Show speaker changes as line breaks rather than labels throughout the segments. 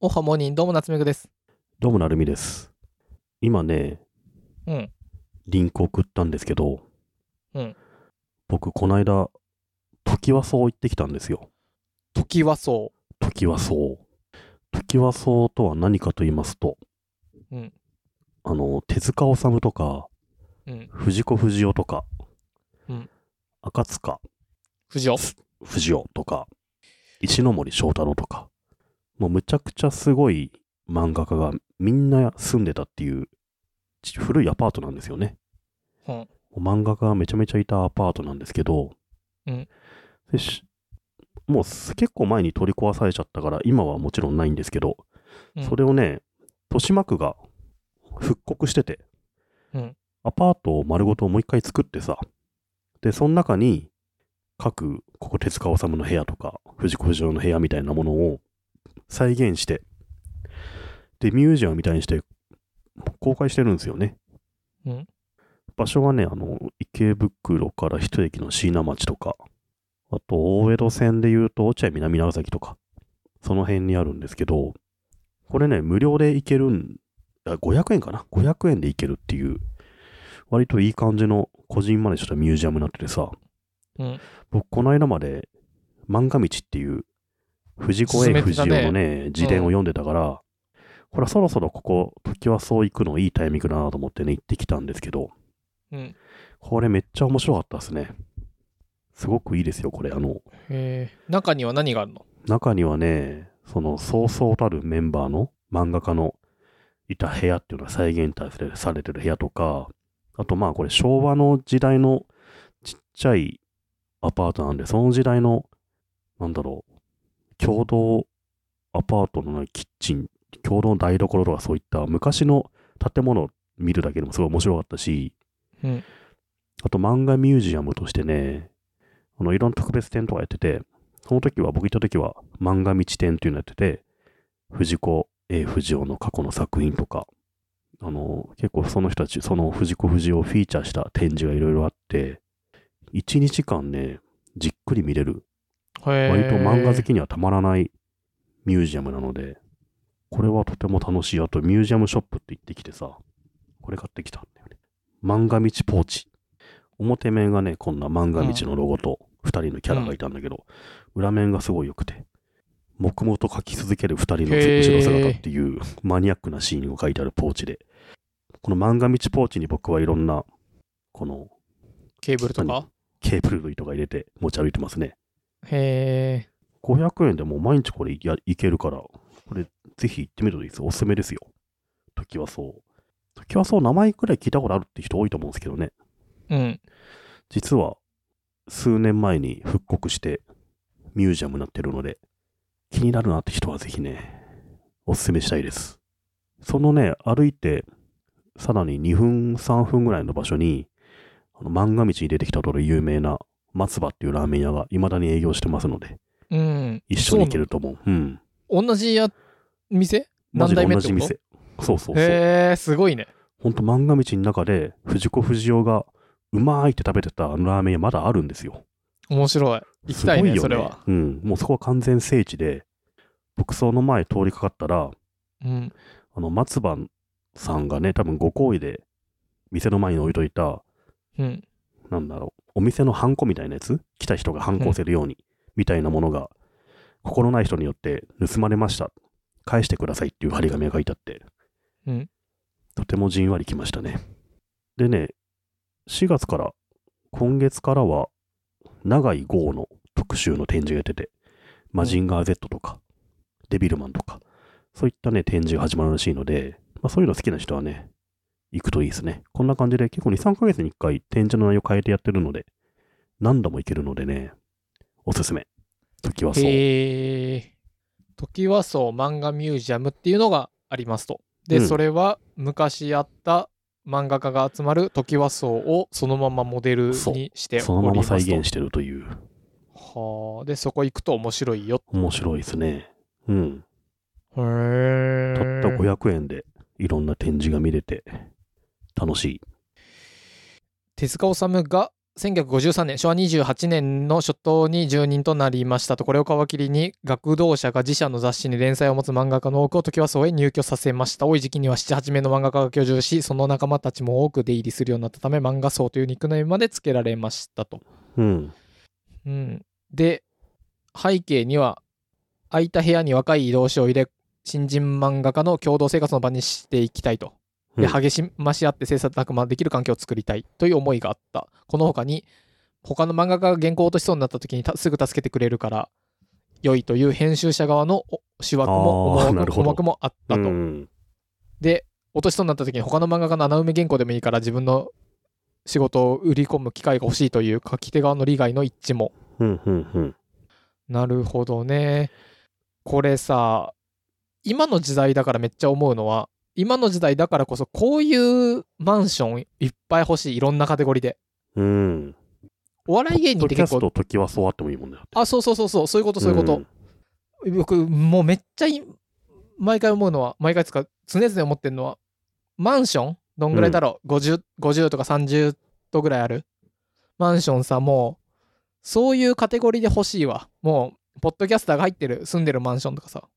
おはモーニン、どうも夏目くです。
どうもなるみです。今ね、
うん。
リンク送ったんですけど、
うん
僕、こないだ、トキワ荘行ってきたんですよ。
時はそ
トキワ荘。トキワ荘とは何かと言いますと、
うん
あの、手塚治虫とか、
う。うん。
藤子不二雄とか、
うん
赤塚
藤尾。
不二雄とか、石ノ森章太郎とか、もうむちゃくちゃすごい漫画家がみんな住んでたっていう、ち古いアパートなんですよね。
うん。
漫画家がめちゃめちゃいたアパートなんですけど、
うん
でしもうす結構前に取り壊されちゃったから今はもちろんないんですけど、
うん
それをね豊島区が復刻してて、
うん
アパートを丸ごともう一回作ってさでその中に各ここ手塚治虫の部屋とか藤子不二雄の部屋みたいなものを再現してでミュージアムみたいにして公開してるんですよね
うん。
場所はね、あの、池袋から一駅の椎名町とか、あと、大江戸線で言うと、落合南長崎とか、その辺にあるんですけど、これね、無料で行けるん、あ500円かな ?500 円で行けるっていう、割といい感じの、個人マネしたミュージアムになっててさ、
うん。
僕、この間まで、漫画道っていう、藤子 A
進め
不
てた
二
ね
雄のね、自伝を読んでたから、ほら、そろそろここ、時はそう行くのいいタイミングだなと思ってね、行ってきたんですけど、
うん。
これめっちゃ面白かったですね。すごくいいですよ、これ。あの、
へえ。中には何があるの
中にはね、その、そうそうたるメンバーの漫画家のいた部屋っていうのは再現されてる部屋とか、あとまあこれ昭和の時代のちっちゃいアパートなんで、その時代の、なんだろう、共同アパートのキッチン、共同台所とかそういった昔の建物を見るだけでもすごい面白かったし、
うん
あと漫画ミュージアムとしてね、あのいろんな特別展とかやってて、その時は、僕行った時は漫画道展っていうのやってて、藤子 A 不二雄の過去の作品とか、あの、結構その人たち、その藤子不二雄をフィーチャーした展示がいろいろあって、1、2時間ね、じっくり見れる、
へえ。
割と漫画好。きにはたまらないミュージアムなので、これはとても楽しい。あと、ミュージアムショップって行ってきてさ、これ買ってきたんだよね。漫画道ポーチ。表面がね、こんな漫画道のロゴと2人のキャラがいたんだけど、裏面がすごい良くて、黙々と描き続ける2人の
へー
後ろ姿っていうマニアックなシーンを書いてあるポーチで、この漫画道ポーチに僕はいろんな、この
ケーブルとか
ケーブル類とか入れて持ち歩いてますね。
へえ。
500円でもう毎日これやいけるから、これぜひ行ってみるといいです。おすすめですよ。時はそう。時はそう、名前くらい聞いたことあるって人多いと思うんですけどね。
うん。
実は、数年前に復刻して、ミュージアムになってるので、気になるなって人はぜひね、おすすめしたいです。そのね、歩いて、さらに2分、3分ぐらいの場所に、あの漫画道に出てきたところ有名な松葉っていうラーメン屋が未だに営業してますので、
うん。
一緒に行けると思う。うん。
そうなの。同じや、店
マジ
何代
で
目
同
って
じ
こと
店。そうそうそう。
へえ、すごいね。
ほんと漫画道の中で藤子不二雄がうまーいって食べてたあのラーメン屋まだあるんですよ。
面白い。行きたい
すご
ね、それは。。
うん。もうそこは完全聖地で、僕その前通りかかったら、
うん。
あの松葉さんがね、多分ご好意で店の前に置いといた、
うん。
なんだろう、お店のハンコみたいなやつ来た人がハンコを押せるように、みたいなものが、心ない人によって盗まれました。返してくださいっていう張り紙が書いてあって、
うん
とてもじんわりきましたね。でね、4月から、今月からは、長井豪の特集の展示がやってて、マジンガー Z とか、デビルマンとか、そういったね、展示が始まるらしいので、まあ、そういうの好きな人はね、行くといいですね。こんな感じで結構2、3ヶ月に1回展示の内容変えてやってるので、何度も行けるのでね、おすすめ。時はそう。
へえ。時はそう漫画ミュージアムっていうのがありますと。で、
うん
それは昔あった漫画家が集まる時はそうをそのままモデルにしておりますと。
そのまま再現してるという、
はあ。で、そこ行くと面白いよ。
面白いですね。うん。
へ
た
え。
った500円でいろんな展示が見れて、楽しい。
手塚治虫が1953年昭和28年の初頭に住人となりましたとこれを皮切りに学童社が自社の雑誌に連載を持つ漫画家の多くを時は荘へ入居させました多い時期には78名の漫画家が居住しその仲間たちも多く出入りするようになったため漫画荘というニックネームまで付けられましたと、
うん。
うん、で背景には空いた部屋に若い移動士を入れ新人漫画家の共同生活の場にしていきたいとで、
うん
励まし合って制作仲間できる環境を作りたいという思いがあった。この他に、他の漫画家が原稿を落としそうになった時にたすぐ助けてくれるから良いという編集者側のお思惑も
あー
思
なる
惑
ほど
思惑もあったと。
うん
で、落としそうになった時に他の漫画家の穴埋め原稿でもいいから自分の仕事を売り込む機会が欲しいという書き手側の利害の一致も。
うんうんうん。
なるほどね。これさ、今の時代だからめっちゃ思うのは、今の時代だからこそ、こういうマンションいっぱい欲しい、いろんなカテゴリーで。
うん。
お笑い芸人
ポ
っ
ッド
て
キャ
結
ス
構、
ト時はそうあってもいいもんね。
あ、そうそうそうそう、そういうこと、そういうこと。僕、もうめっちゃい毎回思うのは、毎回つか、常々思ってるのは、マンションどんぐらいだろう、50, ?50 とか30とぐらいあるマンションさ、もう、そういうカテゴリーで欲しいわ。もう、ポッドキャスターが入ってる、住んでるマンションとかさ、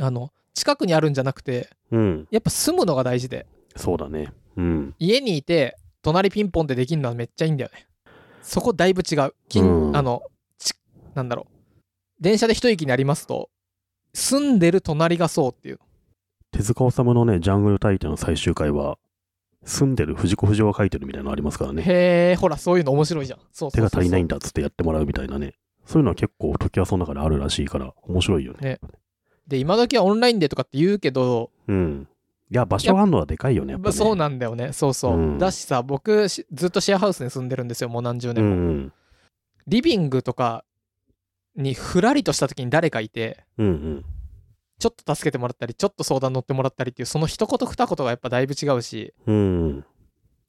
あの、近くにあるんじゃなくて、
うん。うん。
やっぱ住むのが大事で、
そうだね。うん。
家にいて、隣ピンポンってできるのはめっちゃいいんだよね。そこだいぶ違う。近
うん
あの、ちなんだろう。電車で一息になりますと、住んでる隣がそうっていう。
手塚治虫のね、ジャングル大帝の最終回は、住んでる藤子不二雄が書いてるみたいなのありますからね。
へえ、ほら、そういうの面白いじゃん。そうそうそ
手
う
が
そう
足りないんだっつってやってもらうみたいなね。そういうのは結構時はその中であるらしいから、面白いよね。
ねで、今時はオンラインでとかって言うけど、
うん。いや、場所があるのはでかいよね、やっぱ、
まあ
ね。
そうなんだよね。そうそう。
うん
だしさ、僕、しずっとシェアハウスに住んでるんですよ、もう何十
う
年も。
ん
リビングとかにふらりとした時に誰かいて、
うん。うんうん。
ちょっと助けてもらったり、ちょっと相談乗ってもらったりっていう、その一言二言がやっぱだいぶ違うし、
うんうん。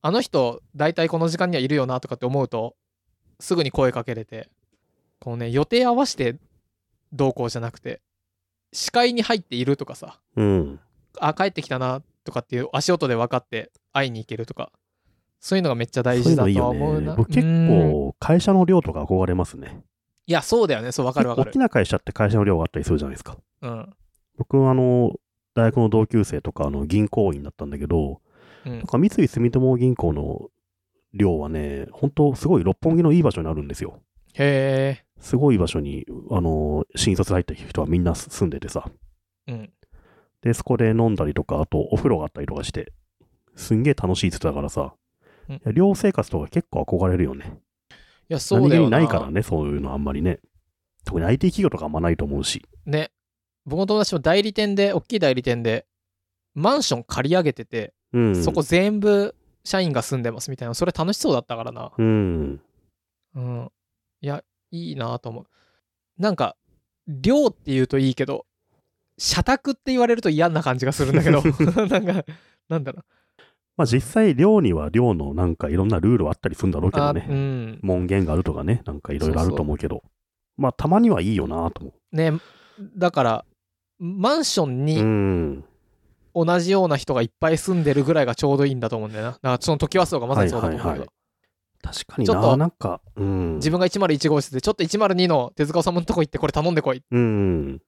あの人、大体この時間にはいるよなとかって思うと、すぐに声かけれて、このね、予定合わせてどうこうじゃなくて、視界に入っているとかさ、
うん。
あ、帰ってきたなとかっていう足音で分かって会いに行けるとか、そういうのがめっちゃ大
そ
事
ういう
だ
のいい
とは
よ
思う
ね
な。。
僕結
うん
構、会社の量とか憧れますね。
いや、そうだよね。そう、分かる分か
大
る
き。な会社って会社の量があったりするじゃないですか。
うん。
僕はあの、大学の同級生とか、あの、銀行員だったんだけど、
うん
なんか三井住友銀行の量はね、本当すごい六本木のいい場所にあるんですよ。
へ
すごい場所に、あの、新卒入った人はみんな住んでてさ。
え。うん。
で、そこで飲んだりとか、あとお風呂があったりとかして、すんげえ楽しいって言ってたからさ、
うん
いや寮生活とか結構憧れるよね。
いや、そうだよ
何気に
な。
ないからね、そういうのあんまりね。特に IT 企業とかあんまないと思うし。
ね。僕の友達も代理店で、大きい代理店で、マンション借り上げてて、
うん。
そこ全部社員が住んでますみたいな、それ楽しそうだったからな。
うん。
うん。いや、いいなと思う。なんか、寮って言うといいけど、社宅って言われると嫌な感じがするんだけ ど、 なんか、なんだろ
まあ実際、寮には寮のなんかいろんなルールはあったりするんだろう
う。
けど
あ、う
ね。
ん。
門限があるとかね、なんかいろいろあると思うけど。まあたまにはいいよなと思
ね、だから、マンション
う。う
に
ん。
同じような人がいっぱい住んでるぐらいがちょうどいいんだと思うんだよな。だから、その時はそうがまさにそうだと思うんだけど。
はいはい確かに
ちょっと
な、なんか、うん。
自分が101号室で、ちょっと102の手塚治虫のとこ行って、これ頼んでこい。
うん。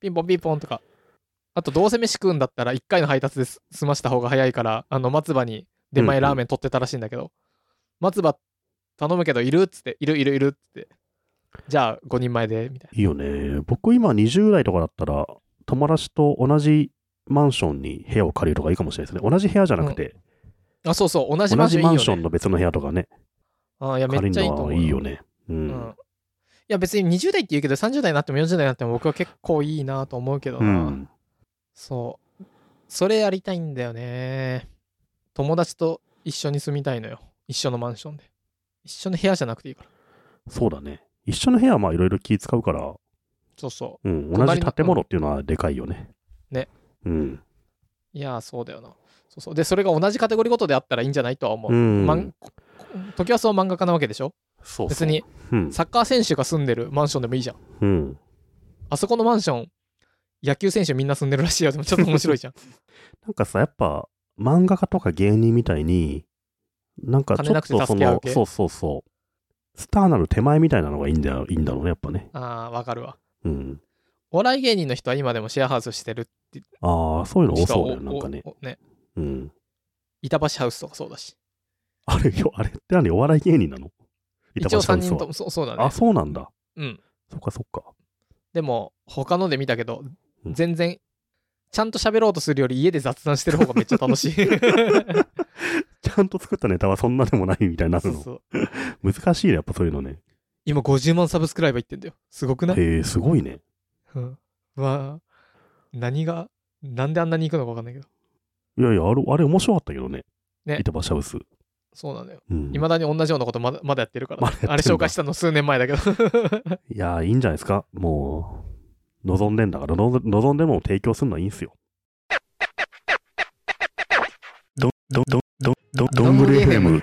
ピンポンピンポンとか。あと、どうせ飯食うんだったら、1回の配達で済ました方が早いから、あの、松葉に出前ラーメン取ってたらしいんだけど、松葉頼むけど、いるっつって、いるいるいるっつって。じゃあ、5人前で、みたい
いいよね。僕今20代とかだったら、友達と同じマンションに部屋を借りるとかいいかもしれないですね。同じ部屋じゃなくて、
な。あ、そうそう、同じマ
同
ンシ
じ
ョンい
マン
い
ショ
よ
ン
ね。
の別の部屋とかね、
あーいや、め
借
っち
り
ゃいい
る
と思
の
うよ。
はいいよね。う
うん。
ん。
いや、別に20代って言うけど、30代になっても40代になっても、僕は結構いいなと思うけど
う
な。
ん。
そう。それやりたいんだよね。友達と一緒に住みたいのよ。一緒のマンションで。一緒の部屋じゃなくていいから。
そうだね。一緒の部屋はまあいろいろ気使うから、
そうそ
うん、
隣
同
の
じ建物っていうのはでかいよね。
ね。
うん。
う。いやー、そうだよな。そうそう。で、それが同じカテゴリーごとであったらいいんじゃないとは思う。
うん
まんこ時はそう漫画家なわけでしょ
そうそう
別に。
うん。
サッカー選手が住んでるマンションでもいいじゃん。
うん。
あそこのマンション、野球選手みんな住んでるらしいよ。でもちょっと面白い じゃん。
なんかさ、やっぱ、漫画家とか芸人みたいに、なんかちょっ
金なくて
とそ
助け合う
の、
系
そうそうそう。スターなる手前みたいなのがいいんだよいいんだろうね、やっぱね。
ああ、わかるわ。
うん。
お笑い芸人の人は今でもシェアハウスしてるって
ああ、そういうの
人
多
は
そうだよ、なんかね。
おおね。
うん。
板橋ハウスとかそうだし。
あれよ、あれって何お笑い芸人なの
一応3人
ハ
と
ウ
もそうそうだ
スは
ね
あ、。そうなんだ。
うん。
そっかそっか。
でも、他ので見たけど、
うん
全然、ちゃんと喋ろうとするより家で雑談してる方がめっちゃ楽 しい。
ちゃんと作ったネタはそんなでもないみたいにな
そ
る
う
の。
そう
難しいね、やっぱそういうのね。
今50万サブスクライバーいってんだよ。すごくない、
へえ、すごいね。
うん、まあ、何が、なんであんなに行くのか分かんないけど。
いやいや、あれ、あれ面白かったけどね。
ね
板橋ハウス。
そうなんだよ。
うん。
いまだに同じようなことまだまだやってるから、
まだやってんだ
あれ紹介したの数年前だけ ど。
いやー、いいんじゃないですか。もう、望んでんだから、望望んでも提供するのはいいんすよ。ど、ど、ど、ど、ど、どんぐり FM。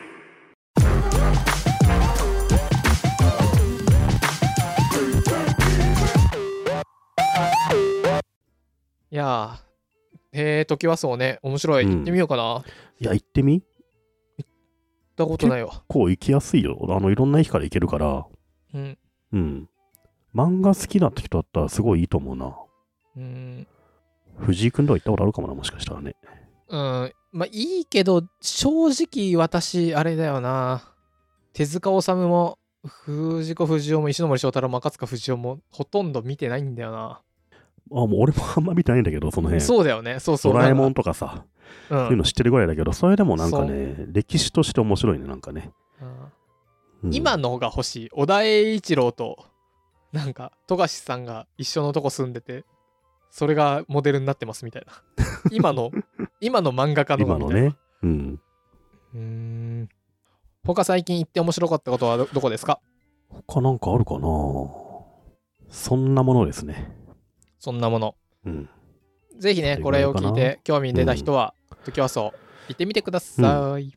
いやー、へえ、時はそうね。面白い。
うん
行ってみようかな。行っ
いや、行ってみ
たことないわ。
こう行きやすいよ。あの、いろんな駅から行けるから、
うん。
うん。漫画好きだって人だったらすごいいいと思うな。
うん。
藤井君とは行ったことあるかもな、もしかしたらね。
うん。まあ、いいけど、正直私、あれだよな。手塚治虫も、藤子不二雄も、石ノ森章太郎も、赤塚不二夫も、ほとんど見てないんだよな。
あ、もう俺もあんま見てないんだけど、その辺。
そうだよね。そうそ
ド
う。
ラえも
なん
んとかさ、
か
そういううんの知ってるぐらいだけど、それでもなんかね、歴史として面白いね、なんかね。
うん
うん
今のが欲しい小田栄一郎となんか富樫さんが一緒のとこ住んでてそれがモデルになってますみたい な今の今の漫画家のが
今
みたい
の
な
ね。うん。
うーん他最近行って面白かったことはどどこですか
他なんかあるかなそんなものですね。
そんなもの
うん。
ぜひねこれを聞い
どれぐらい
て興味出た人は時はそう行ってみてください、